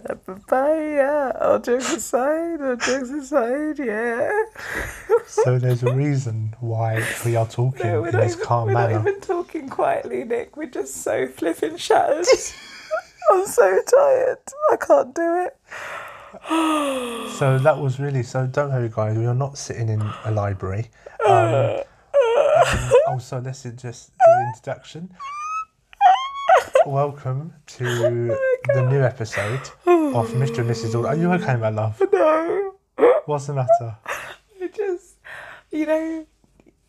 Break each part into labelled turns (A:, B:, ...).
A: Ba-da-ba-ba-da-ba-ba-da-ba-ba-da-ba-ba, Yeah, all jokes aside, all jokes aside, yeah.
B: So there's a reason why we are talking
A: No, we're
B: in
A: not,
B: this
A: even,
B: calm
A: we're not
B: manner.
A: even talking quietly, Nick. We're just so flipping shattered. I'm so tired. I can't do it.
B: So that was really so. Don't worry, guys. We are not sitting in a library.
A: Uh,
B: Um, um, also, let's just do the introduction. Welcome to
A: Oh
B: the new episode of Mr. and Mrs. All. Are you okay, my love?
A: No.
B: What's the matter?
A: I just, you know,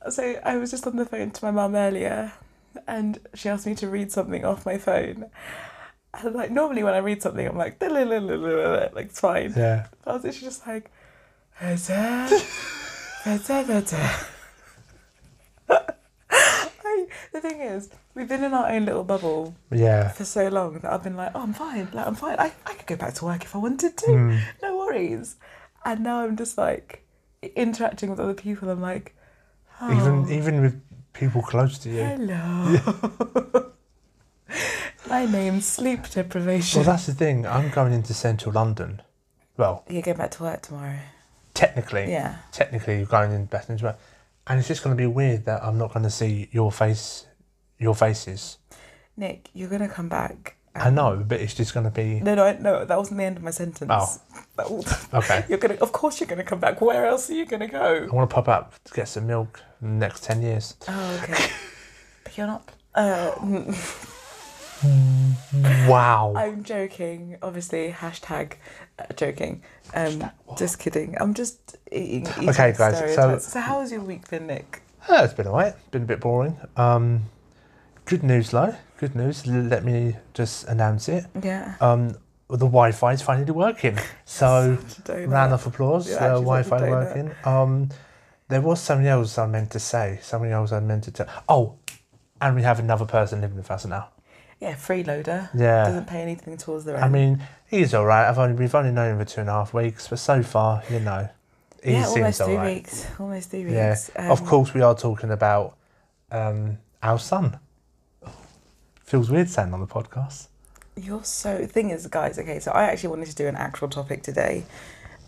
A: so I was just on the phone to my mum earlier and she asked me to read something off my phone. And like normally when I read something, I'm like, like it's fine.
B: Yeah.
A: I was literally just like, "Huzzah, huzzah, huzzah." I, the thing is, we've been in our own little bubble
B: Yeah.
A: for so long that I've been like, oh, I'm fine, like, I'm fine. I, I could go back to work if I wanted to,
B: Hmm.
A: no worries. And now I'm just like interacting with other people. I'm like, oh,
B: Even even with people close to you.
A: hello. My name's sleep deprivation.
B: Well, that's the thing. I'm going into central London. Well,
A: You're going back to work tomorrow.
B: technically.
A: Yeah.
B: technically you're going in best into and it's just going to be weird that I'm not going to see your face, your faces.
A: Nick, you're going to come back
B: I know, but it's just going to be
A: No, no, I- no. That wasn't the end of my sentence.
B: Oh.
A: That was-
B: okay.
A: You're gonna, of course, you're gonna come back. Where else are you gonna
B: I
A: go?
B: want to pop out to get some milk in the next ten years.
A: Oh, okay. but you're not. Uh, n-
B: Wow.
A: I'm joking. Obviously, hashtag uh, joking. Um, just kidding. I'm just eating. eating
B: Okay, guys, so-
A: stereotypes. so how has your week been, Nick?
B: Uh, it's been alright. Been a bit boring. Um, good news though. Good news. L- Let me just announce it.
A: Yeah.
B: Um, the Wi-Fi is finally working. So.
A: Today,
B: Round
A: no.
B: of applause.
A: Yeah,
B: uh,
A: actually, it's
B: Wi-Fi
A: like a donut.
B: working. Um, there was something else I meant to say. Something else I meant to tell. Oh, and we have another person living with us now.
A: Yeah, freeloader.
B: Yeah.
A: Doesn't pay anything towards the rent.
B: I mean, he's all right. I've only we've only known him for two and a half weeks, but so far, you know, he
A: yeah,
B: seems
A: almost
B: all
A: three
B: right.
A: weeks. Almost three
B: Yeah.
A: weeks.
B: of
A: Um,
B: course, we are talking about um, our son. Feels weird saying on the podcast.
A: You're so. Thing is, guys. Okay, so I actually wanted to do an actual topic today,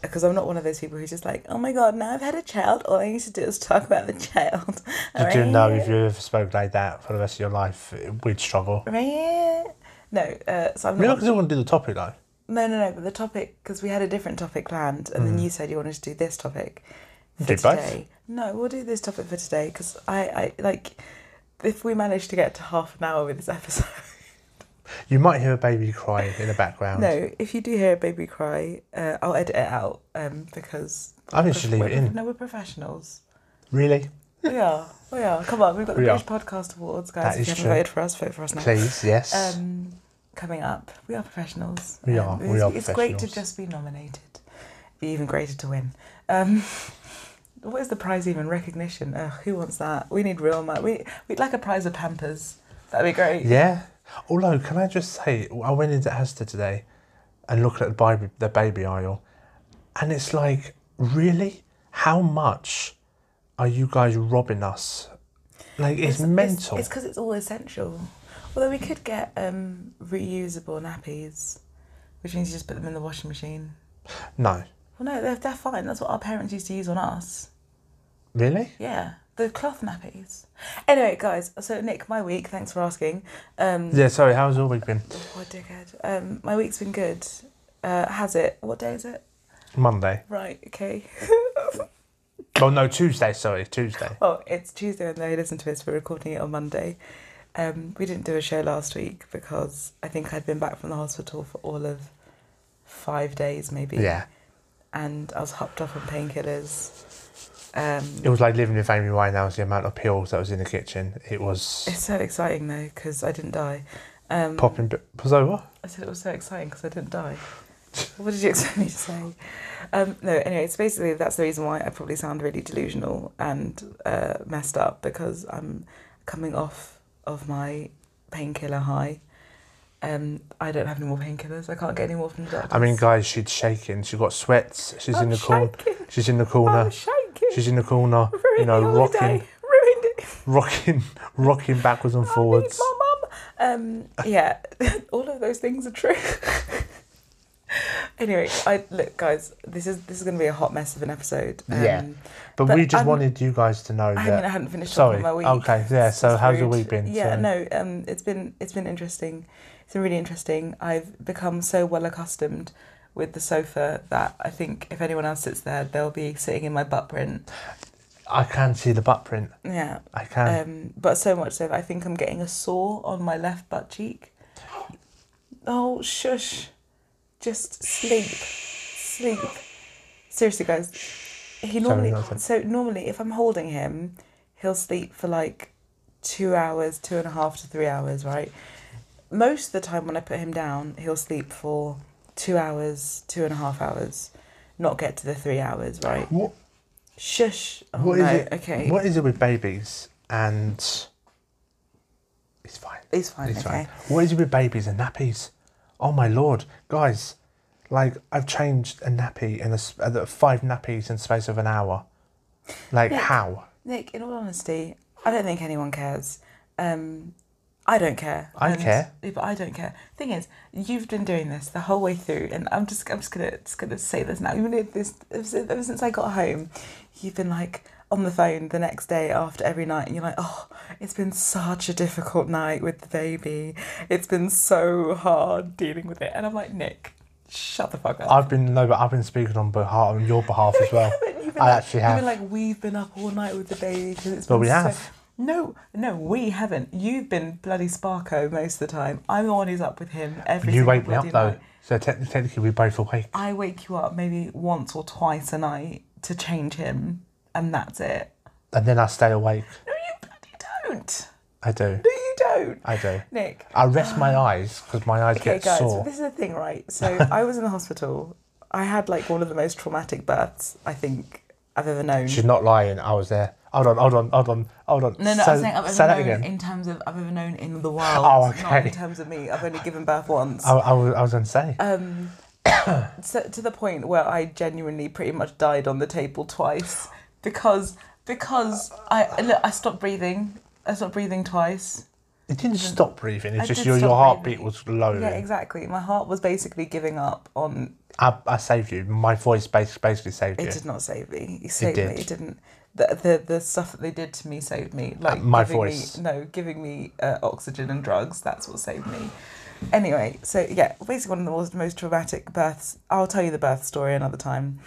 A: because I'm not one of those people who's just like, oh my god, now I've had a child. All I need to do is talk about the child.
B: Did
A: Oh,
B: you know if
A: Right?
B: you ever spoke like that for the rest of your life, we'd struggle.
A: Right? No. Uh, so I'm
B: We're not
A: not.
B: going to want to do the topic though.
A: No, no, no. But the topic, because we had a different topic planned, and then you said you wanted to do this topic for
B: Do Mm-hmm. both.
A: today. No, we'll do this topic for today because I, I like, if we manage to get to half an hour with this episode.
B: You might hear a baby cry in the background.
A: No, if you do hear a baby cry, uh, I'll edit it out um, because
B: I think you should leave it in.
A: No, we're professionals.
B: Really?
A: We are. We are. Come on, we've got the
B: We are.
A: British Podcast Awards, guys.
B: That
A: if
B: is
A: you haven't
B: true.
A: voted for us, vote for us now.
B: Please, yes.
A: Um, coming up, we are professionals. Um,
B: We are. We are
A: It's great to
B: professionals.
A: just be nominated. Be even greater to win. Um, what is the prize even? Recognition. Ugh, who wants that? We need real money. We we'd like a prize of Pampers. That'd be great.
B: yeah. Although, can I just say, I went into Asda today and looked at the baby, the baby aisle, and it's like, really? How much are you guys robbing us? Like, it's, mental.
A: It's because it's, all essential. Although we could get um, reusable nappies, which means you just put them in the washing machine.
B: no.
A: Well, no, they're, they're fine. That's what our parents used to use on us.
B: Really?
A: Yeah, the cloth nappies. Anyway, guys, so Nick, my week, thanks for asking. Um,
B: Yeah, sorry, how's your week been?
A: what a dickhead. Um, my week's been good. Uh, has it? What day is it?
B: Monday.
A: Right, okay.
B: Oh, no, Tuesday, sorry, Tuesday.
A: Oh, it's Tuesday when they listen to us. We're recording it on Monday. Um, we didn't do a show last week because I think I'd been back from the hospital for all of five days, maybe.
B: Yeah.
A: And I was hopped up on painkillers. Um,
B: It was like living with Amy Winehouse, the amount of pills that was in the kitchen. It was
A: it's so exciting though because I didn't die. Um,
B: popping. Was over?
A: I said it was so exciting because I didn't die. What did you expect me to say? Um, no, anyway, it's basically that's the reason why I probably sound really delusional and uh, messed up because I'm coming off of my painkiller high. Um, I don't have any more painkillers. I can't get any more from the doctor.
B: I mean, guys, she's shaking. She's got sweats. She's in the corner.
A: shaking.
B: She's in the corner.
A: I'm shaking.
B: She's in the corner.
A: Ruined
B: you know,
A: the holiday.
B: rocking,
A: Ruined it.
B: rocking, rocking backwards and
A: I need
B: forwards.
A: my mum. Um, yeah, all of those things are true. anyway, I look, guys. This is this is going to be a hot mess of an episode.
B: Yeah. But,
A: But
B: we just
A: I'm-
B: wanted you guys to know
A: I
B: that.
A: mean, I hadn't finished
B: Sorry.
A: talking about my week.
B: Okay. Yeah.
A: It's
B: So
A: just
B: how's your
A: rude.
B: week been?
A: Yeah,
B: So-
A: no, um, it's been it's been interesting. It's been really interesting. I've become so well accustomed with the sofa that I think if anyone else sits there, they'll be sitting in my butt print.
B: I can see the butt print.
A: Yeah.
B: I can.
A: Um, but so much so that I think I'm getting a sore on my left butt cheek. Oh, shush. Just sleep. Sleep. Seriously, guys. He normally
B: nothing.
A: so normally if I'm holding him, he'll sleep for like two hours, two and a half to three hours, right? Most of the time when I put him down, he'll sleep for two hours, two and a half hours, not get to the three hours, right?
B: What
A: Shush. Oh,
B: What is
A: no.
B: it?
A: Okay.
B: What is it with babies and? It's fine.
A: He's fine,
B: It's
A: okay.
B: fine. What is it with babies and nappies? Oh my lord, guys! Like I've changed a nappy in a, s- uh, five nappies in the space of an hour. Like how?
A: Nick, in all honesty, I don't think anyone cares. Um, I don't care.
B: I care.
A: yeah, but I don't care. Thing is, you've been doing this the whole way through, and I'm just, I'm just gonna, just gonna say this now. Even if this, ever since- ever since I got home, you've been like on the phone the next day after every night, and you're like, oh, it's been such a difficult night with the baby. It's been so hard dealing with it, and I'm like, Nick, shut the fuck up.
B: I've been no, but I've been speaking on behalf on your behalf as well.
A: But you've been
B: I
A: like,
B: actually
A: you've
B: have.
A: been like, we've been up all night with the baby because it's.
B: But
A: been
B: we
A: so-"
B: have.
A: No, no, we haven't. You've been bloody Sparko most of the time. I'm the one who's up with him every.
B: you
A: single
B: wake me up
A: bloody
B: though,
A: night.
B: so technically, technically we're both awake.
A: I wake you up maybe once or twice a night to change him, and that's it.
B: And then I stay awake.
A: No, you bloody don't.
B: I do.
A: No, you don't.
B: I do.
A: Nick.
B: I rest my eyes because my eyes
A: Okay,
B: get
A: guys,
B: sore.
A: this is the thing, right? So I was in the hospital. I had like one of the most traumatic births I think I've ever known.
B: She's not lying. I was there. Hold on, hold on, hold on, hold on.
A: No, no,
B: say,
A: I'm saying I've ever
B: say that
A: known
B: again.
A: in terms of I've ever known in the world.
B: Oh,
A: Not
B: okay. Oh.
A: in terms of me. I've only given birth once.
B: I, I was, I was going to say.
A: Um, so, to the point where I genuinely pretty much died on the table twice because because I look, I stopped breathing. I stopped breathing twice.
B: it didn't stop breathing. It's
A: I
B: just
A: did
B: your, your
A: stop
B: heartbeat
A: breathing.
B: was low.
A: Yeah, exactly. My heart was basically giving up on.
B: I, I saved you. My voice bas- basically saved
A: It
B: you.
A: did not save me. It saved
B: did.
A: me. It didn't. The, the the stuff that they did to me saved me. Like
B: my
A: giving
B: voice.
A: Me, no, giving me uh, oxygen and drugs. That's what saved me. Anyway, so yeah, basically one of the most, most traumatic births. I'll tell you the birth story another time.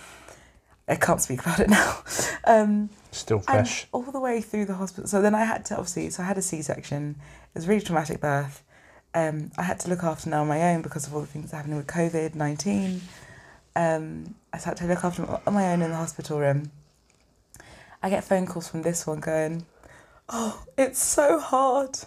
A: I can't speak about it now. Um,
B: Still
A: and
B: fresh.
A: all the way through the hospital. So then I had to obviously. So I had a C-section. It was a really traumatic birth. Um, I had to look after now on my own because of all the things happening with COVID nineteen. Um, I had to look after him on my own in the hospital room. I get phone calls from this one going, "Oh, it's so hard.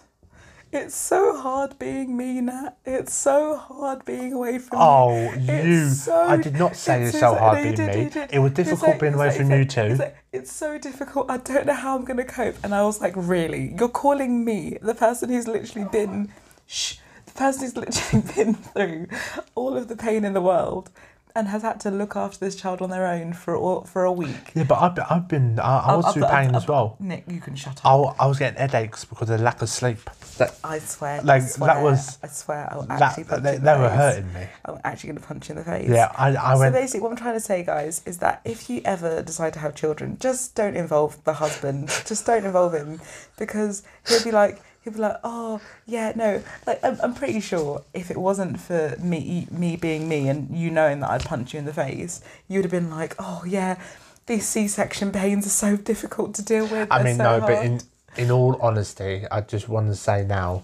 A: It's so hard being me, Nat. It's so hard being away from you."
B: Oh, you!
A: so-
B: I did not say it's so
A: like-
B: hard
A: no,
B: being
A: you did,
B: me.
A: you did.
B: It was
A: It's
B: difficult
A: like-
B: being
A: it's
B: away
A: like-
B: from
A: it's
B: you
A: like-
B: two.
A: It's, like, it's so difficult. I don't know how I'm going to cope. And I was like, really? You're calling me, the person who's literally been, shh, the person who's literally been through all of the pain in the world and has had to look after this child on their own for all, for a week.
B: yeah, but I've been, I've been I, I
A: I'll-
B: was
A: I'll-
B: through
A: I'll-
B: pain
A: I'll-
B: as well.
A: Nick, you can shut
B: I,
A: up.
B: I was getting headaches because of lack of sleep. That
A: I swear.
B: like,
A: I
B: that
A: swear,
B: was-
A: I swear. I'll
B: that,
A: actually punch you
B: they,
A: in
B: they
A: the
B: were
A: face.
B: hurting me.
A: I'm actually going to punch you in the face.
B: Yeah, I, I
A: so
B: went.
A: basically, what I'm trying to say, guys, is that if you ever decide to have children, just don't involve the husband. just don't involve him, because he'll be like, he'll be like, oh yeah, no. Like, I'm, I'm pretty sure if it wasn't for me, me being me, and you knowing that I'd punch you in the face, you'd have been like, oh yeah, these C-section pains are so difficult to deal with.
B: I
A: They're
B: mean,
A: so
B: no,
A: hard.
B: but in in all honesty, I just want to say now,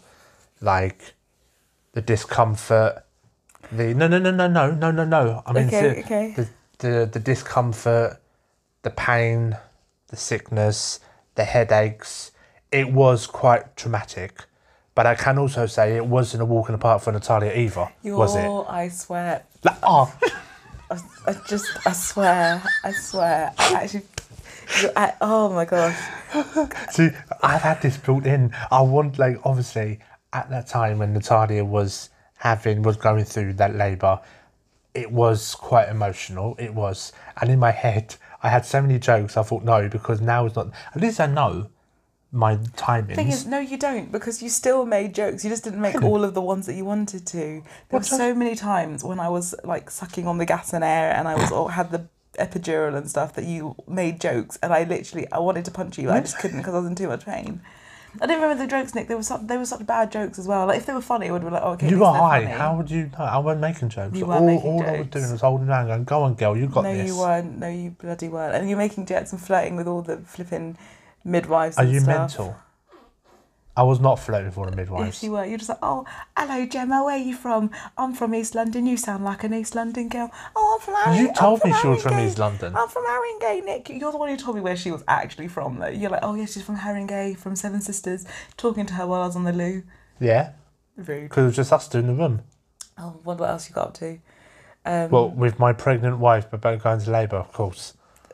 B: like, the discomfort, the no, no, no, no, no, no, no, no. I mean,
A: Okay,
B: the,
A: okay.
B: the the the discomfort, the pain, the sickness, the headaches. It was quite traumatic, but I can also say it wasn't a walk in the park for Natalia either,
A: You're,
B: was it?
A: I swear,
B: Like, oh,
A: I, I just, I swear, I swear, I actually, I, oh my gosh.
B: See, I've had this built in. I want, like, obviously, at that time when Natalia was having, was going through that labour, it was quite emotional. It was. And in my head, I had so many jokes. I thought, no, because now it's not. At least I know my
A: Thing is,
B: timings.
A: no, you don't because you still made jokes. You just didn't make all of the ones that you wanted to. There were
B: What does-
A: so many times when I was like sucking on the gas and air, and I was or had the epidural and stuff that you made jokes, and I literally I wanted to punch you, but I just couldn't because I was in too much pain. I don't remember the jokes, Nick. They were such, they were such bad jokes as well. Like if they were funny, I would be like, oh, okay. at
B: you
A: least
B: were
A: they're
B: high.
A: funny.
B: How would you know? I wasn't making jokes.
A: You
B: all
A: weren't making
B: all I was doing
A: jokes.
B: was holding around going, go on, girl, you got
A: no,
B: this.
A: you weren't. No, you bloody weren't. And you're making jets and flirting with all the flipping midwives.
B: Are
A: and
B: you
A: stuff.
B: mental? I was not flirting for the midwives.
A: Yes, you were. You're just like, oh, hello, Gemma. Where are you from? I'm from East London. You sound like an East London girl. Oh, I'm from. Haring-
B: You
A: I'm
B: told me she was from
A: Haringey.
B: East London.
A: I'm from Haringey, Nick. You're the one who told me where she was actually from, though. You're like, oh yeah, she's from Haringey, from Seven Sisters. Talking to her while I was on the loo.
B: Yeah,
A: Rude.
B: because it was just us two in the room.
A: Oh, wonder what else you got up to. Um,
B: Well, with my pregnant wife about going to labour, of course.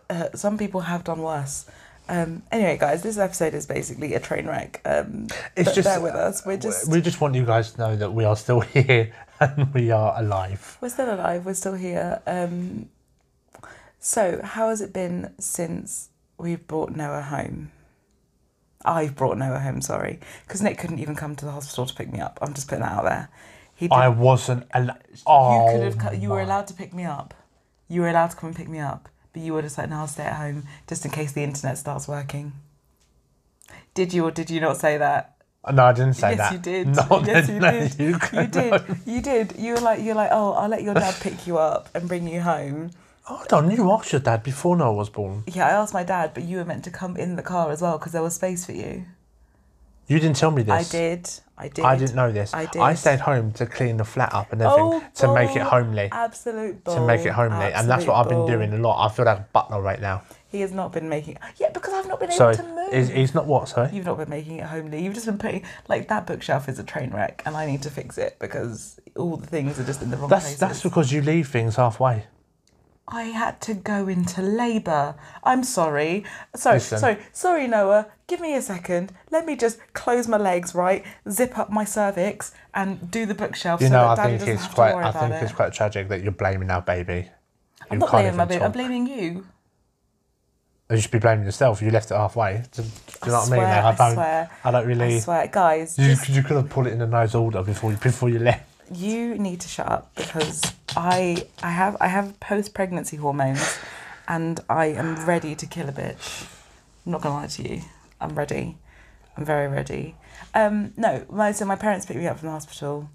A: uh, some people have done worse. Um, anyway, guys, this episode is basically a train wreck. Um,
B: It's
A: but
B: just- uh,
A: bear with us. We're just
B: We just want you guys to know that we are still here and we are alive.
A: We're still alive. We're still here. Um, so, how has it been since we've brought Noah home? I've brought Noah home. Sorry, because Nick couldn't even come to the hospital to pick me up. I'm just putting that out there. He did,
B: I wasn't al- Oh,
A: you could have. co- You were
B: my-
A: allowed to pick me up. You were allowed to come and pick me up, but you were just like, "No, I'll stay at home just in case the internet starts working." Did you or did you not say that?
B: No, I didn't say
A: yes,
B: that.
A: you did.
B: No,
A: yes,
B: no,
A: you
B: no,
A: did.
B: You,
A: You,
B: could
A: did.
B: not.
A: You did. You were like, you're like, oh, I'll let your dad pick you up and bring you home.
B: Hold on, you asked your dad before Noah was born.
A: Yeah, I asked my dad, but you were meant to come in the car as well because there was space for you.
B: You didn't tell me
A: I
B: this.
A: did. I did.
B: I didn't know this.
A: I did. Oh,
B: stayed home to clean the flat up and everything to make it
A: bull.
B: homely.
A: Absolute bull.
B: to make it homely, and that's what I've been
A: Oh, Absolute bull.
B: doing a lot. I feel like a butler right now.
A: He has not been making. Yeah, because I've not been
B: So
A: able to move.
B: he's, he's not what? Sorry.
A: You've not been making it homely. You've just been putting like that bookshelf is a train wreck, and I need to fix it because all the things are just in the wrong
B: That's
A: places.
B: that's because you leave things halfway.
A: I had to go into labour. I'm sorry. Sorry,
B: Listen.
A: sorry, sorry, Noah. Give me a second. Let me just close my legs, right? Zip up my cervix and do the bookshelf
B: You
A: so
B: know,
A: that
B: I
A: Daddy
B: think
A: doesn't
B: it's
A: have
B: quite.
A: to worry
B: I
A: about
B: think
A: it.
B: it's quite tragic that you're blaming our baby.
A: I'm
B: You
A: not
B: can't
A: blaming my
B: even
A: baby. I'm
B: talk.
A: blaming you.
B: You should be blaming yourself. You left it halfway. Do, do you know
A: I
B: what
A: swear,
B: I mean?
A: I
B: Like, I don't.
A: swear.
B: I don't really.
A: I swear, guys.
B: you,
A: just-
B: you could have put it in a nice order before you before you left.
A: you need to shut up because I I have I have post pregnancy hormones and I am ready to kill a bitch. I'm not gonna lie to you. I'm ready. I'm very ready. Um no, my so my parents picked me up from the hospital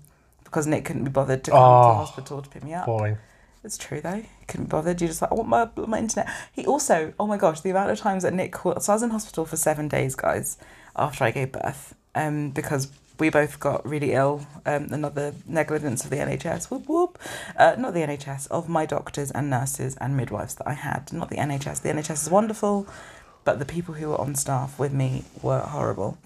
A: because Nick couldn't be bothered to come to
B: Oh.
A: the hospital to pick me up.
B: Boring.
A: It's true though. Couldn't be bothered. You just like I want my my internet. He also oh my gosh the amount of times that Nick called. So I was in hospital for seven days, guys, after I gave birth, um, because we both got really ill. Um, another negligence of the NHS. Whoop whoop. Uh, not the NHS of my doctors and nurses and midwives that I had. Not the NHS. The NHS is wonderful, but the people who were on staff with me were horrible.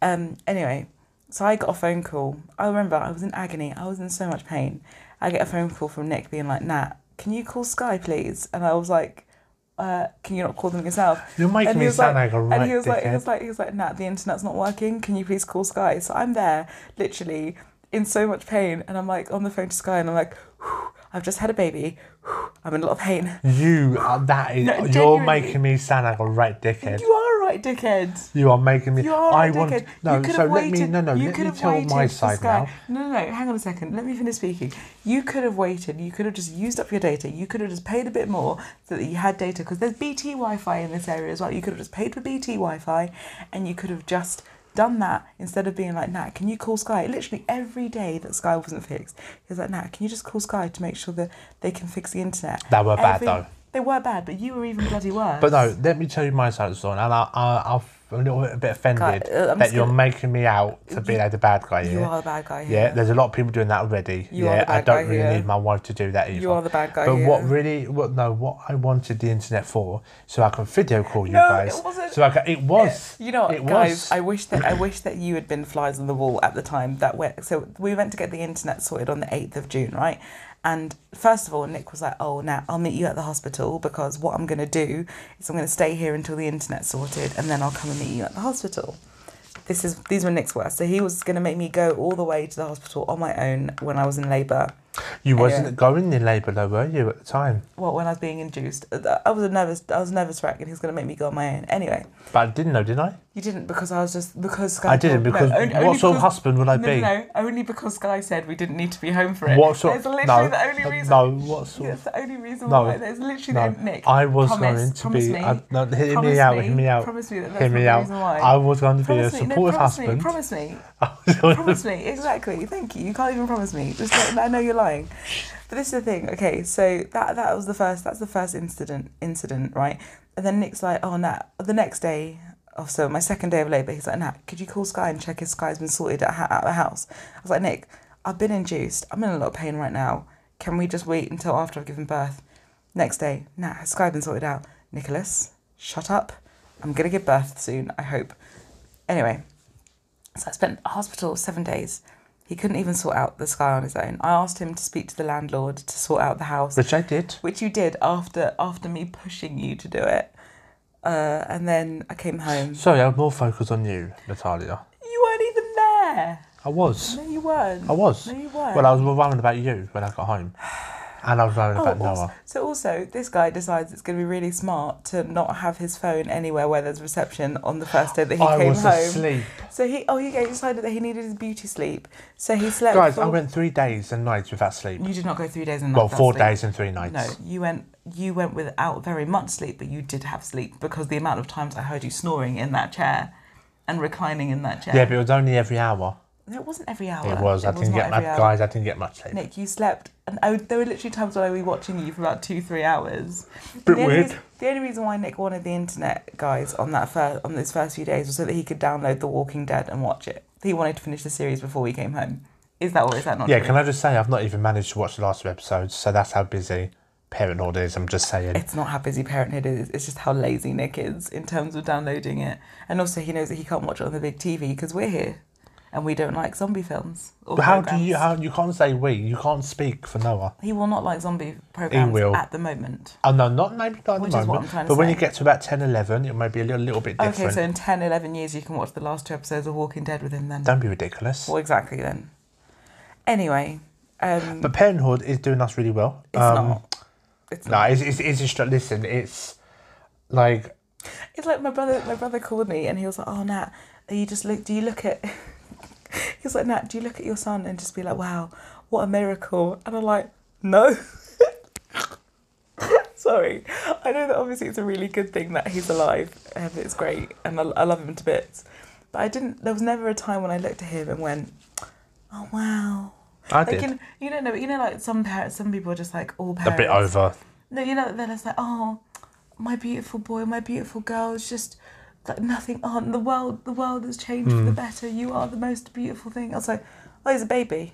A: Um, anyway, so I got a phone call. I remember I was in agony. I was in so much pain. I get a phone call from Nick being like, Nat, can you call Sky, please? And I was like, uh, can you not call them yourself?
B: You're making
A: and he
B: me
A: was
B: sound
A: like-
B: like, a right
A: and he was
B: dickhead.
A: like, he was like, he was like, Nat, the internet's not working. Can you please call Sky? So I'm there, literally in so much pain, and I'm like on the phone to Sky, and I'm like, "Whew, I've just had a baby. Whew, I'm in a lot of pain.
B: you are, that is.
A: No,
B: you're
A: genuinely.
B: making me sound like a right dickhead.
A: You are right, dickhead.
B: You are making me.
A: You are
B: I
A: a
B: want.
A: dickhead.
B: No,
A: you could
B: so
A: have
B: let
A: waited.
B: me. No, no.
A: you
B: let
A: could
B: me
A: have
B: tell
A: waited
B: my
A: for
B: side
A: Sky.
B: now.
A: No, no, no. Hang on a second. Let me finish speaking. You could have waited. You could have just used up your data. You could have just paid a bit more so that you had data because there's BT Wi-Fi in this area as well. You could have just paid for BT Wi-Fi, and you could have just done that instead of being like, Nat, can you call Sky? Literally every day that Sky wasn't fixed, he was like, Nat, can you just call Sky to make sure that they can fix the internet?
B: They were bad,
A: Every-
B: though.
A: They were bad, but you were even bloody worse.
B: But no, let me tell you my side of the story, and I, I, I'm a little bit, a bit offended
A: uh, I'm
B: that
A: just
B: you're
A: gonna-
B: making me out to be like the bad guy here.
A: you are the bad guy here.
B: yeah, there's a lot of people doing that already.
A: You are
B: yeah,
A: the
B: I
A: bad
B: don't
A: guy
B: really
A: here.
B: need my wife to do that either.
A: are the bad guy
B: But what
A: here.
B: really, what no, what I wanted the internet for, so I can video call you
A: No, it
B: guys.
A: wasn't-
B: So I can, it was.
A: You know, what,
B: it
A: guys,
B: was.
A: I wish that I wish that you had been flies on the wall at the time that we so we went to get the internet sorted on the eighth of June, right? And first of all, Nick was like, "Oh, now I'll meet you at the hospital because what I'm going to do is I'm going to stay here until the internet's sorted, and then I'll come and meet you at the hospital." This is these were Nick's words. So he was going to make me go all the way to the hospital on my own when I was in labour.
B: You wasn't
A: Anyway.
B: going in labour though, were you at the time?
A: Well, when I was being induced, Uh, I was a nervous. I was a nervous wreck, and he was going to make me go on my own. Anyway,
B: But I didn't know, did I?
A: you didn't because I was just because Sky.
B: I didn't
A: told-
B: because
A: no, only-
B: what
A: only
B: sort of
A: because-
B: husband would I
A: no,
B: be?
A: No, no, only because Sky said we didn't need to be home for it.
B: What sort?
A: That's literally
B: no,
A: the only reason.
B: no. What sort?
A: That's the only reason
B: No.
A: why. That's literally
B: No.
A: the Nick.
B: I was
A: promise-
B: going to
A: promise
B: be.
A: me.
B: I, no, hear
A: promise
B: me out.
A: me,
B: Hear me out.
A: Promise me that that's
B: Hear
A: not
B: me
A: the
B: out.
A: reason why.
B: I was going to be a
A: promise me, no,
B: supportive
A: promise me,
B: husband.
A: promise me.
B: I was going to-
A: promise me exactly thank you you can't even promise me just like, i know you're lying but this is the thing okay so that that was the first that's the first incident incident right and then nick's like oh nat the next day oh so my second day of labor he's like nat could you call sky and check if sky's been sorted at, ha- at the house i was like nick i've been induced i'm in a lot of pain right now can we just wait until after i've given birth next day nat has sky been sorted out nicholas shut up i'm gonna give birth soon i hope anyway so I spent at hospital seven days. He couldn't even sort out the sky on his own. I asked him to speak to the landlord to sort out the house,
B: Which I did.
A: which you did after after me pushing you to do it. Uh, and then I came home.
B: Sorry, I was more focused on you, Natalia.
A: You weren't even there.
B: I was.
A: No, you weren't.
B: I was.
A: No, you weren't.
B: Well, I was more worried about you when I got home, and I was worried about
A: Oh, also-
B: Noah.
A: so also, this guy decides it's going to be really smart to not have his phone anywhere where there's reception on the first day that he
B: I
A: came
B: was
A: home.
B: asleep.
A: So he, oh, he decided that he needed his beauty sleep. So he slept.
B: Guys,
A: for-
B: I went three days and nights without sleep.
A: You did not go three days and
B: Well,
A: nights
B: four
A: Mm, without sleep.
B: days and three nights.
A: No, you went you went without very much sleep, but you did have sleep because the amount of times I heard you snoring in that chair and reclining in that chair.
B: Yeah, but it was only every hour.
A: No, it wasn't every hour.
B: It was. I didn't
A: not
B: get much,
A: every hour.
B: guys. I didn't get much sleep.
A: Nick, you slept, and I, would- there were literally times when I would be watching you for about two, three hours.
B: Bit
A: the only
B: weird.
A: reason- the only reason why Nick wanted the internet, guys, on that first, on those first few days was so that he could download The Walking Dead and watch it. He wanted to finish the series before we came home. Is that or is that not
B: Yeah,
A: true?
B: can I just say I've not even managed to watch the last two episodes, so that's how busy parenthood is. I'm just saying.
A: it's not how busy parenthood is it's just how lazy nick is in terms of downloading it and also he knows that he can't watch it on the big tv because we're here and we don't like zombie films or
B: But how do
A: programs.
B: you? How you can't say we? You can't speak for Noah.
A: he will not like zombie programs
B: will.
A: at the moment
B: Oh no, not maybe not at
A: Which
B: the
A: is what
B: moment.
A: I'm trying to
B: but when you
A: say.
B: get to about 10, 11, it might be a little, little bit different.
A: okay so in 10 11 years you can watch the last two episodes of walking dead with him then
B: Don't be ridiculous.
A: well exactly then anyway um
B: But parenthood is doing us really well.
A: it's
B: um,
A: not it's
B: No, it's it's, it's just listen. It's like
A: It's like my brother. My brother called me and he was like, "Oh Nat, are you just look? Do you look at?" he was like, "Nat, do you look at your son and just be like, wow, what a miracle?" And I'm like, "No." Sorry, I know that obviously it's a really good thing that he's alive and it's great, and I, I love him to bits. But I didn't. There was never a time when I looked at him and went, "Oh wow."
B: I
A: like
B: did.
A: you know, you don't know, you know, like some parents, some people are just like all
B: a
A: parents.
B: bit over.
A: No, you know, then it's like, oh, my beautiful boy, my beautiful girl. It's just like nothing on the world. The world has changed for the better. You are the most beautiful thing. I was like, oh, he's a baby.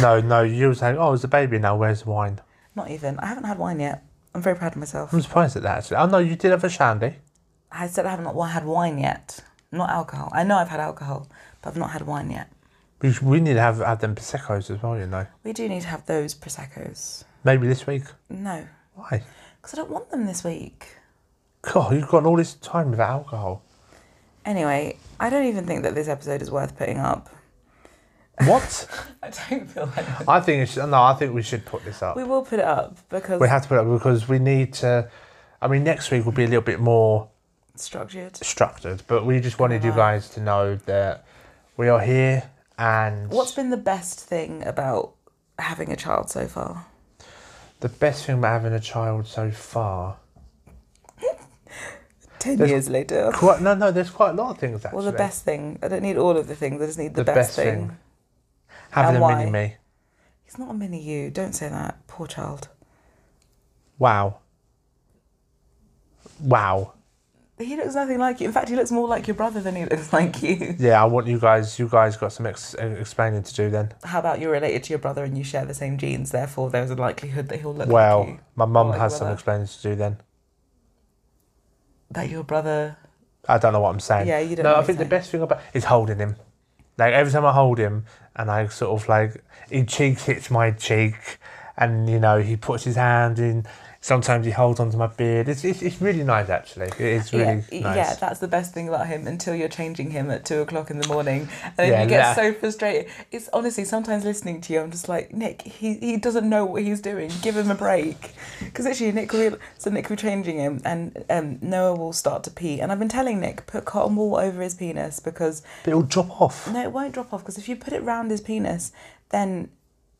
B: No, no, you were saying, oh, it's a baby now. Where's the wine?
A: Not even. I haven't had wine yet. I'm very proud of myself.
B: I'm surprised at that. Actually, oh no, you did have a shandy.
A: I said I have not wa- had wine yet. Not alcohol. I know I've had alcohol, but I've not had wine yet.
B: We, sh- we need to have have them proseccos as well. You know,
A: We do need to have those proseccos.
B: maybe this week.
A: No,
B: Why?
A: because I don't want them this week.
B: God, you've gone all this time without alcohol.
A: Anyway, I don't even think that this episode is worth putting up.
B: What?
A: I don't feel like
B: I think it should, no. I think we should put this up.
A: we will put it up because
B: We have to put it up because we need to. I mean, next week will be a little bit more
A: structured.
B: structured, but we just wanted you guys to know that we are here and
A: What's been the best thing about having a child so far?
B: the best thing about having a child so far.
A: Ten
B: There's-
A: years later.
B: Quite no, no. There's quite a lot of things actually.
A: Well, the best thing. I don't need all of the things. I just need the,
B: The
A: best,
B: best
A: thing.
B: thing. having
A: and
B: a mini
A: why?
B: me.
A: He's not a mini you. Don't say that. Poor child.
B: Wow. Wow.
A: He looks nothing like you. In fact, he looks more like your brother than he looks like you.
B: Yeah, I want you guys. You guys got some ex- explaining to do then.
A: How about you're related to your brother and you share the same genes? Therefore, there's a likelihood that he'll look
B: well,
A: like you.
B: my mum
A: like
B: has
A: your
B: some
A: brother.
B: explaining to do then.
A: That your brother.
B: I don't know what I'm saying.
A: Yeah, you don't
B: No,
A: know
B: I
A: what
B: think
A: you're
B: the best thing about is holding him. Like every time I hold him, and I sort of like his cheek hits my cheek, and you know he puts his hand in. Sometimes he holds onto my beard. It's it's, it's really nice actually. It is really
A: yeah,
B: nice.
A: yeah, that's the best thing about him until you're changing him at two o'clock in the morning. And then
B: Yeah,
A: you get
B: that-
A: so frustrated. It's honestly sometimes listening to you, I'm just like, Nick, he, he doesn't know what he's doing. Give him a break. Because actually, Nick will, so Nick will be changing him, and um, Noah will start to pee. And I've been telling Nick, put cotton wool over his penis because
B: But it'll drop off.
A: no, it won't drop off because if you put it round his penis, then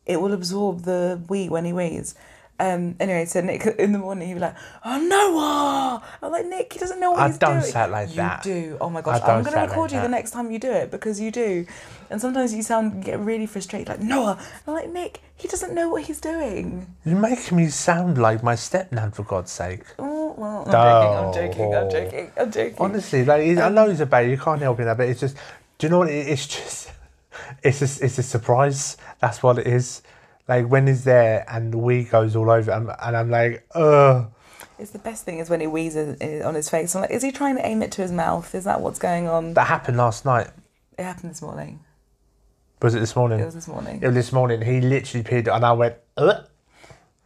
A: it will absorb the wee when he wees. Um, anyway, so Nick in the morning he'd be like, "Oh Noah!" I'm like, "Nick, he doesn't know what
B: I
A: he's doing."
B: don't sound like
A: you
B: that.
A: do. Oh my
B: I
A: gosh,
B: don't
A: I'm gonna
B: sound
A: record
B: like
A: you the
B: that.
A: next time you do it because you do. And sometimes you sound you get really frustrated, like Noah. I'm like, Nick, he doesn't know what he's doing.
B: You're making me sound like my stepdad for God's sake.
A: Oh well, I'm
B: No.
A: joking. I'm joking. I'm joking. I'm joking.
B: Honestly, like it- I know it's a baby, you can't help it that, but it's just do you know what it, it's just it's just it's a surprise. That's what it is. Like when he's there and the wee goes all over and, and I'm like, ugh.
A: It's the best thing is when he wheezes in- on his face. I'm like, is he trying to aim it to his mouth? Is that what's going on?
B: That happened last night.
A: It happened this morning.
B: Was it this morning?
A: It was this morning.
B: It was this morning. He literally peed and I went, ugh.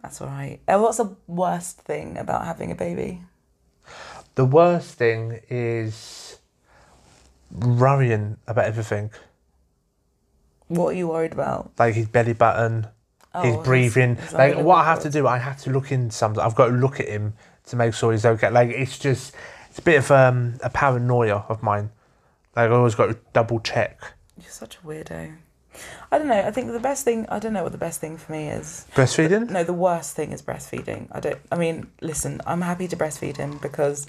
A: That's all right. Uh, what's the worst thing about having a baby?
B: The worst thing is worrying about everything.
A: What are you worried about?
B: like his belly button,
A: Oh,
B: his
A: his-
B: breathing.
A: his
B: like what I have to
A: umbilical
B: do, I have to look in something. I've got to look at him to make sure he's okay. Like it's just, it's a bit of um, a paranoia of mine. Like I always got to double check.
A: You're such a weirdo. I don't know. I think the best thing. I don't know what the best thing for me is.
B: Breastfeeding.
A: No, the worst thing is breastfeeding. I don't. I mean, listen. I'm happy to breastfeed him because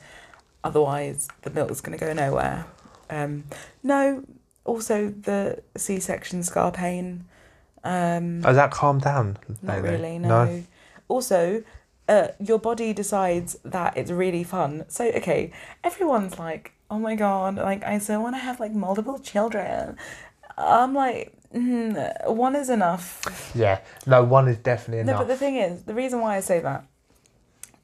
A: otherwise the milk's going to go nowhere. Um, no. Also, the C-section scar pain. Um,
B: Has that calmed down?
A: Not
B: lately?
A: really, no. Also, uh, your body decides that it's really fun. So, okay, everyone's like, oh my god, like, I so want to have like multiple children. I'm like, mm, one is enough.
B: Yeah. No, one is definitely
A: No,
B: enough.
A: but the thing is, the reason why I say that,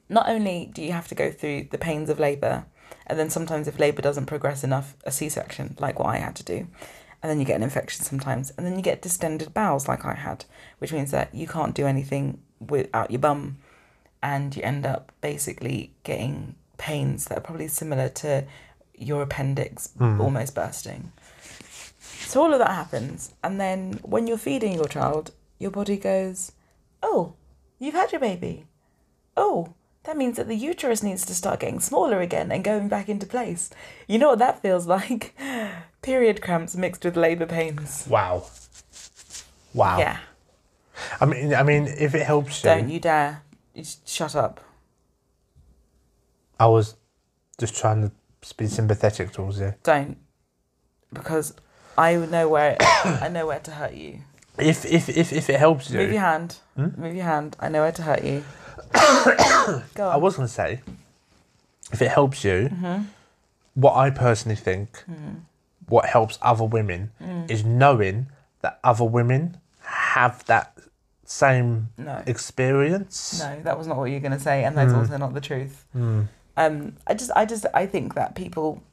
A: not only do you have to go through the pains of labour, and then sometimes if labour doesn't progress enough, a C section, like what I had to do, and then you get an infection sometimes, and then you get distended bowels, like I had, which means that you can't do anything without your bum, and you end up basically getting pains that are probably similar to your appendix almost bursting. So all of that happens, and then when you're feeding your child, your body goes, "Oh, you've had your baby. Oh, that means that the uterus needs to start getting smaller again and going back into place." You know what that feels like? Period cramps mixed with labour pains.
B: wow. Wow.
A: Yeah,
B: I mean, I mean, if it helps you,
A: don't you dare. You sh- shut up.
B: I was just trying to be sympathetic towards you.
A: Don't, because I know where I know where to hurt you.
B: If if if if it helps you,
A: Move your hand.
B: Hmm?
A: Move your hand. I know where to hurt you. Go on.
B: I was going to say, if it helps you, what I personally think, what helps other women is knowing that other women have that same
A: No.
B: experience.
A: No, that was not what you were going to say, and
B: Hmm.
A: that's also not the truth. Um, I just, I just, I think that people.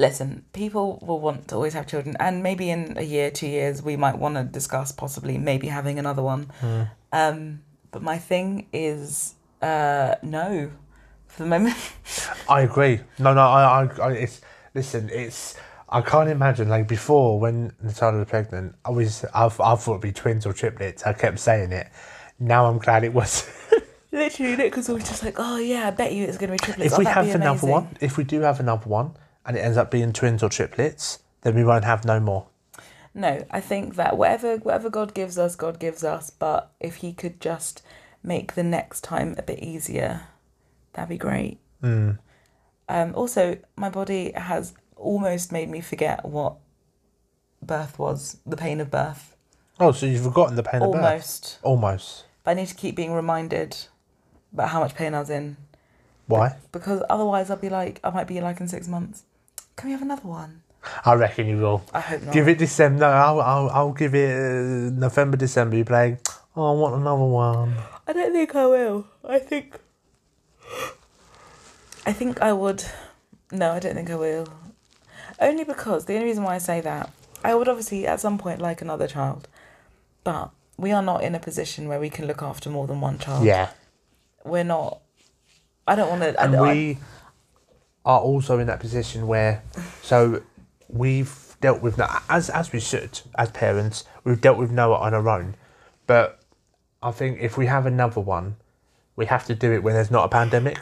A: Listen, people will want to always have children, and maybe in a year, two years, we might want to discuss possibly maybe having another one.
B: Hmm.
A: Um, but my thing is, uh, no, for the moment.
B: I agree. No, no, I, I, I, it's listen, it's. I can't imagine like before when Natalia was pregnant. I was, I, I thought it'd be twins or triplets. I kept saying it. Now I'm glad it was.
A: Literally, Nick was always just like, "Oh yeah, I bet you it's going to be triplets."
B: if
A: Oh,
B: we
A: that'd
B: have
A: be
B: another
A: amazing."
B: one, if we do have another one, and it ends up being twins or triplets, then we won't have no more.
A: No, I think that whatever whatever God gives us, God gives us. But if He could just make the next time a bit easier, that'd be great.
B: Hmm.
A: Um, also, my body has almost made me forget what birth was, the pain of birth,
B: Oh, so you've forgotten the pain of birth?
A: almost.
B: Almost.
A: But I need to keep being reminded about how much pain I was in,
B: Why?
A: because otherwise I'll be like, I might be like in six months. Can we have another one?
B: I reckon you will.
A: I hope not.
B: Give it December. No, I'll, I'll, I'll give it uh, November, December. You're playing, oh, I want another one.
A: I don't think I will. I think. I think I would. No, I don't think I will. Only because the only reason why I say that, I would obviously at some point like another child, but we are not in a position where we can look after more than one child.
B: Yeah.
A: We're not. I don't want to. I,
B: and
A: don't- I-
B: we are also in that position where so we've dealt with that as as we should as parents we've dealt with noah on our own but i think if we have another one we have to do it when there's not a pandemic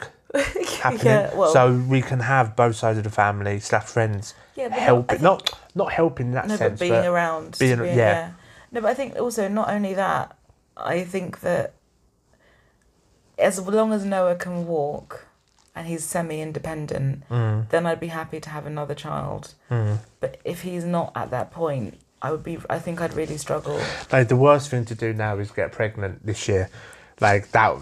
B: happening
A: Yeah, well-
B: so we can have both sides of the family slash friends
A: Yeah, but
B: help
A: I think-
B: not not helping in that
A: no,
B: sense
A: but being
B: but
A: around,
B: being- yeah.
A: No, but I think also not only that, I think that as long as Noah can walk and he's semi-independent,
B: Mm.
A: then I'd be happy to have another child. But if he's not at that point, I would be. I think I'd really struggle.
B: like the worst thing to do now is get pregnant this year like that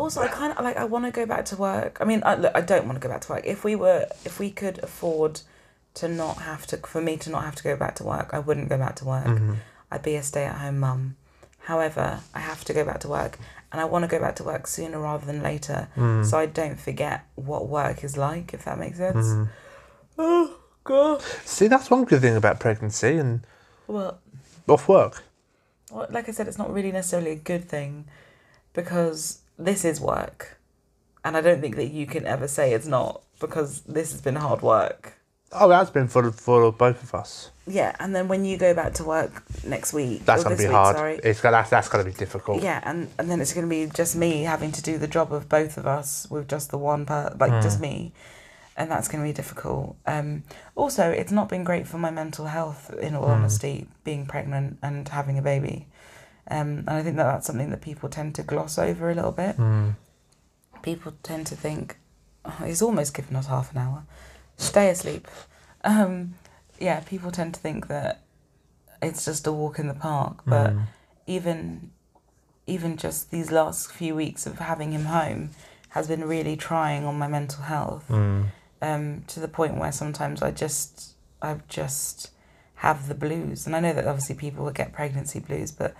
A: Also, I kind of like. I want to go back to work. I mean, I, look, I don't want to go back to work. If we were, if we could afford to not have to, for me to not have to go back to work, I wouldn't go back to work. I'd be a stay-at-home mum. However, I have to go back to work, and I want to go back to work sooner rather than later, so I don't forget what work is like. If that makes sense. Mm-hmm. Oh God.
B: see that's one good thing about pregnancy and
A: Well,
B: off work
A: well, like I said, it's not really necessarily a good thing, because this is work, and I don't think that you can ever say it's not because this has been hard work.
B: Oh, that's been for for both of us.
A: Yeah, and then when you go back to work next week,
B: That's
A: or
B: gonna
A: this
B: be
A: week,
B: hard.
A: Sorry.
B: It's gonna that's, that's gonna be difficult.
A: Yeah, and, and then it's going to be just me having to do the job of both of us with just the one per like just me, and that's going to be difficult. Um, also, it's not been great for my mental health, in all honesty, being pregnant and having a baby, um, and I think that that's something that people tend to gloss over a little
B: Mm.
A: bit. People tend to think oh, he's almost given us half an hour. Stay asleep. Um, yeah, people tend to think that it's just a walk in the park, but
B: mm,
A: even even just these last few weeks of having him home has been really trying on my mental health
B: mm.
A: um, to the point where sometimes I just I just have the blues, and I know that obviously people will get pregnancy blues, but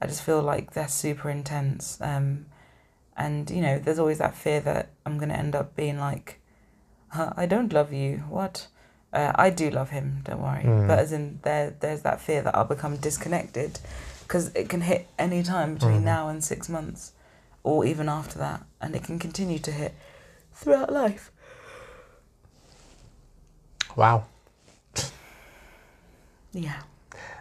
A: I just feel like they're super intense. Um, and you know, there's always that fear that I'm gonna end up being like, huh, I don't love you. What? Uh, I do love him. Don't worry. But as in, there there's that fear that I'll become disconnected because it can hit any time between now and six months, or even after that, and it can continue to hit throughout life.
B: Wow.
A: Yeah.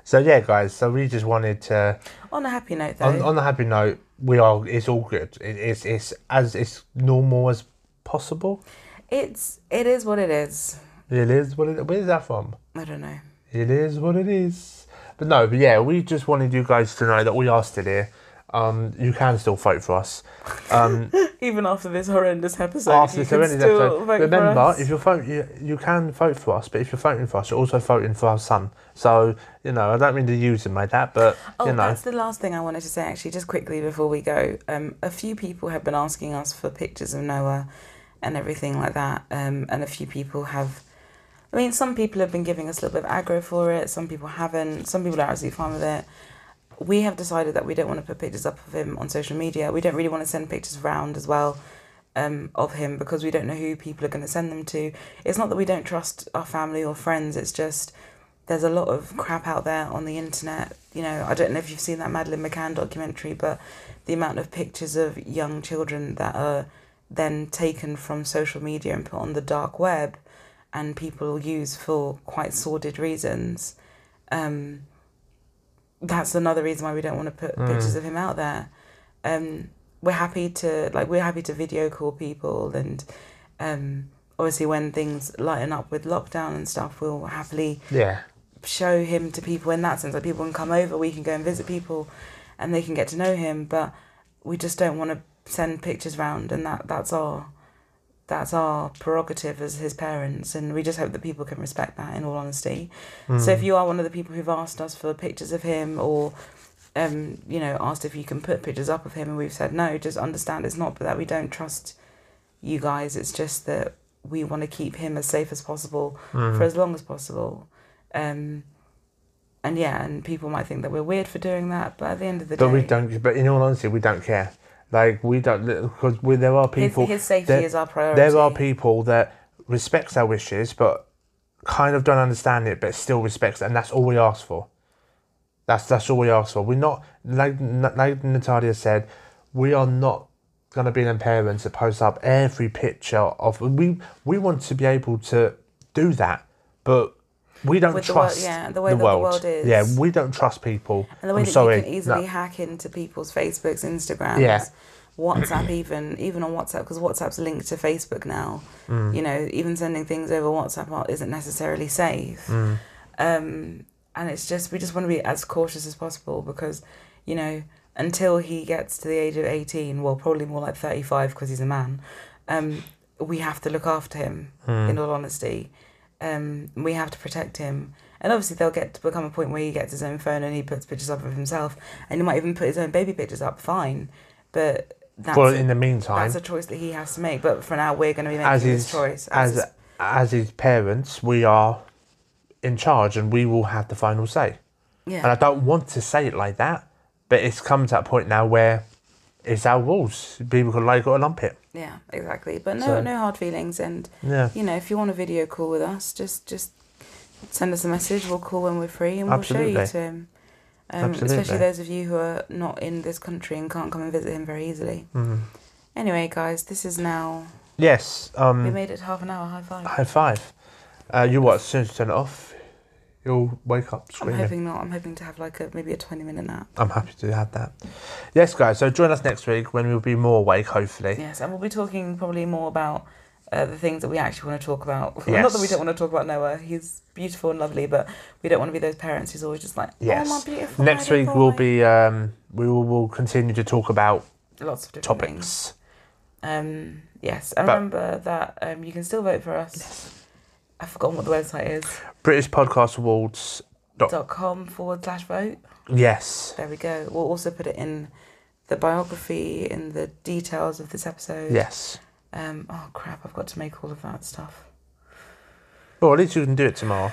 B: So yeah, guys. So we just wanted to
A: On a happy note, though,
B: on, on the happy note. We are. It's all good. It, it's it's as it's normal as possible.
A: it's it is what it is.
B: It is what it. Where's that from?
A: I don't know.
B: It is what it is. But no, but yeah, we just wanted you guys to know that we are still here. Um, you can still vote for us. Um,
A: Even after this horrendous episode,
B: after
A: you
B: this
A: can
B: horrendous
A: still
B: episode.
A: vote for
B: Remember,
A: us.
B: if you're vote, you, you can vote for us, but if you're voting for us, you're also voting for our son. So you know, I don't mean to use him like that, but
A: Oh,
B: you know,
A: that's the last thing I wanted to say, actually, just quickly before we go. Um, a few people have been asking us for pictures of Noah and everything like that. Um, and a few people have, I mean, some people have been giving us a little bit of aggro for it, some people haven't, some people are absolutely fine with it. We have decided that we don't want to put pictures up of him on social media. We don't really want to send pictures round as well um, of him because we don't know who people are going to send them to. It's not that we don't trust our family or friends, it's just there's a lot of crap out there on the internet. You know, I don't know if you've seen that Madeline McCann documentary, but the amount of pictures of young children that are then taken from social media and put on the dark web and people use for quite sordid reasons. Um, that's another reason why we don't want to put pictures of him out there. Um, we're happy to like we're happy to video call people and um, obviously when things lighten up with lockdown and stuff, we'll happily
B: yeah,
A: show him to people in that sense. Like people can come over, we can go and visit people, and they can get to know him. But we just don't want to send pictures round, and that that's our that's our prerogative as his parents, and we just hope that people can respect that. In all honesty, so
B: Hmm.
A: if you are one of the people who've asked us for pictures of him or um, you know, asked if you can put pictures up of him, and we've said no. Just understand it's not, but that we don't trust you guys. It's just that we want to keep him as safe as possible
B: Hmm.
A: for as long as possible. Um, and yeah, and people might think that we're weird for doing that, but at the end of the
B: but
A: day,
B: we don't. But in all honesty, we don't care. Like we don't because there are
A: his,
B: people.
A: his safety
B: there-
A: is our priority.
B: There are people that respects our wishes, but kind of don't understand it, but still respects, it, and that's all we ask for. That's that's all we ask for. We're not like like Natalia said, we are not going to be an parent to post up every picture of. We we want to be able to do that, but we don't
A: With the world-
B: trust
A: yeah, the way that the world is.
B: Yeah, we don't trust people.
A: And the way
B: I'm
A: that
B: sorry.
A: you can easily
B: No.
A: hack into people's Facebooks, Instagrams,
B: Yeah.
A: WhatsApp, even even on WhatsApp because WhatsApp's linked to Facebook now.
B: Mm.
A: You know, even sending things over WhatsApp aren't- isn't necessarily safe. Um, and it's just we just want to be as cautious as possible because you know until he gets to the age of eighteen, well, probably more like thirty-five because he's a man. Um, we have to look after him.
B: Hmm.
A: In all honesty, um, we have to protect him. And obviously, they'll get to become a point where he gets his own phone and he puts pictures up of himself, and he might even put his own baby pictures up. Fine, but that's
B: well,
A: a-
B: in the meantime,
A: that's a choice that he has to make. But for now, we're going to be making
B: as
A: this
B: his
A: choice
B: as
A: his-
B: as his parents, we are in charge, and we will have the final say.
A: yeah.
B: And I don't want to say it like that, but it's come to that point now where it's our rules. People can like it or lump it.
A: Yeah, exactly. But no,
B: So-
A: no hard feelings, and
B: Yeah.
A: you know, if you want a video call with us, just just send us a message. We'll call when we're free, and we'll show
B: Absolutely.
A: you to him. Um,
B: Absolutely.
A: especially those of you who are not in this country and can't come and visit him very easily.
B: Mm-hmm.
A: Anyway, guys, this is now.
B: Yes.
A: We
B: Um, Ah,
A: made it half an hour. High five.
B: high five. Uh, you what? As soon as you turn it off, you'll wake up
A: I'm
B: screaming.
A: hoping not. I'm hoping to have like a maybe a 20 minute nap.
B: I'm happy to have that. Yes, guys. So join us next week when we'll be more awake, hopefully.
A: Yes, and we'll be talking probably more about uh, the things that we actually want to talk about. Well, Not that we
B: Yes.
A: don't want to talk about Noah. He's beautiful and lovely, but we don't want to be those parents who's always just like,
B: Yes.
A: oh, my beautiful.
B: Next
A: baby
B: week we'll
A: boy."
B: be um, we will will continue to talk about
A: lots of different things.
B: topics.
A: Um, yes, and
B: But-
A: remember that um, you can still vote for us. I've forgotten what the website is.
B: British Podcast Awards. Dot-
A: dot com forward slash vote.
B: Yes.
A: There we go. We'll also put it in the biography, in the details of this episode.
B: Yes.
A: Um, oh crap! I've got to make all of that stuff
B: Well, at least you can do it tomorrow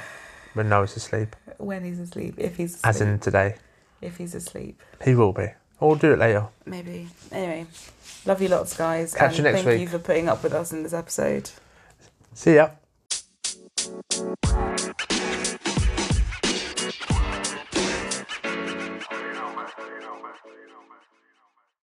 B: when Noah's asleep,
A: when he's asleep. If he's asleep.
B: as in today.
A: if he's asleep.
B: He will be. Or we'll do it later.
A: Maybe. Anyway, love you lots, guys. and
B: Catch you next
A: thank
B: week.
A: you for putting up with us in this episode.
B: See ya.
C: You know, man. You know, man. You know, man.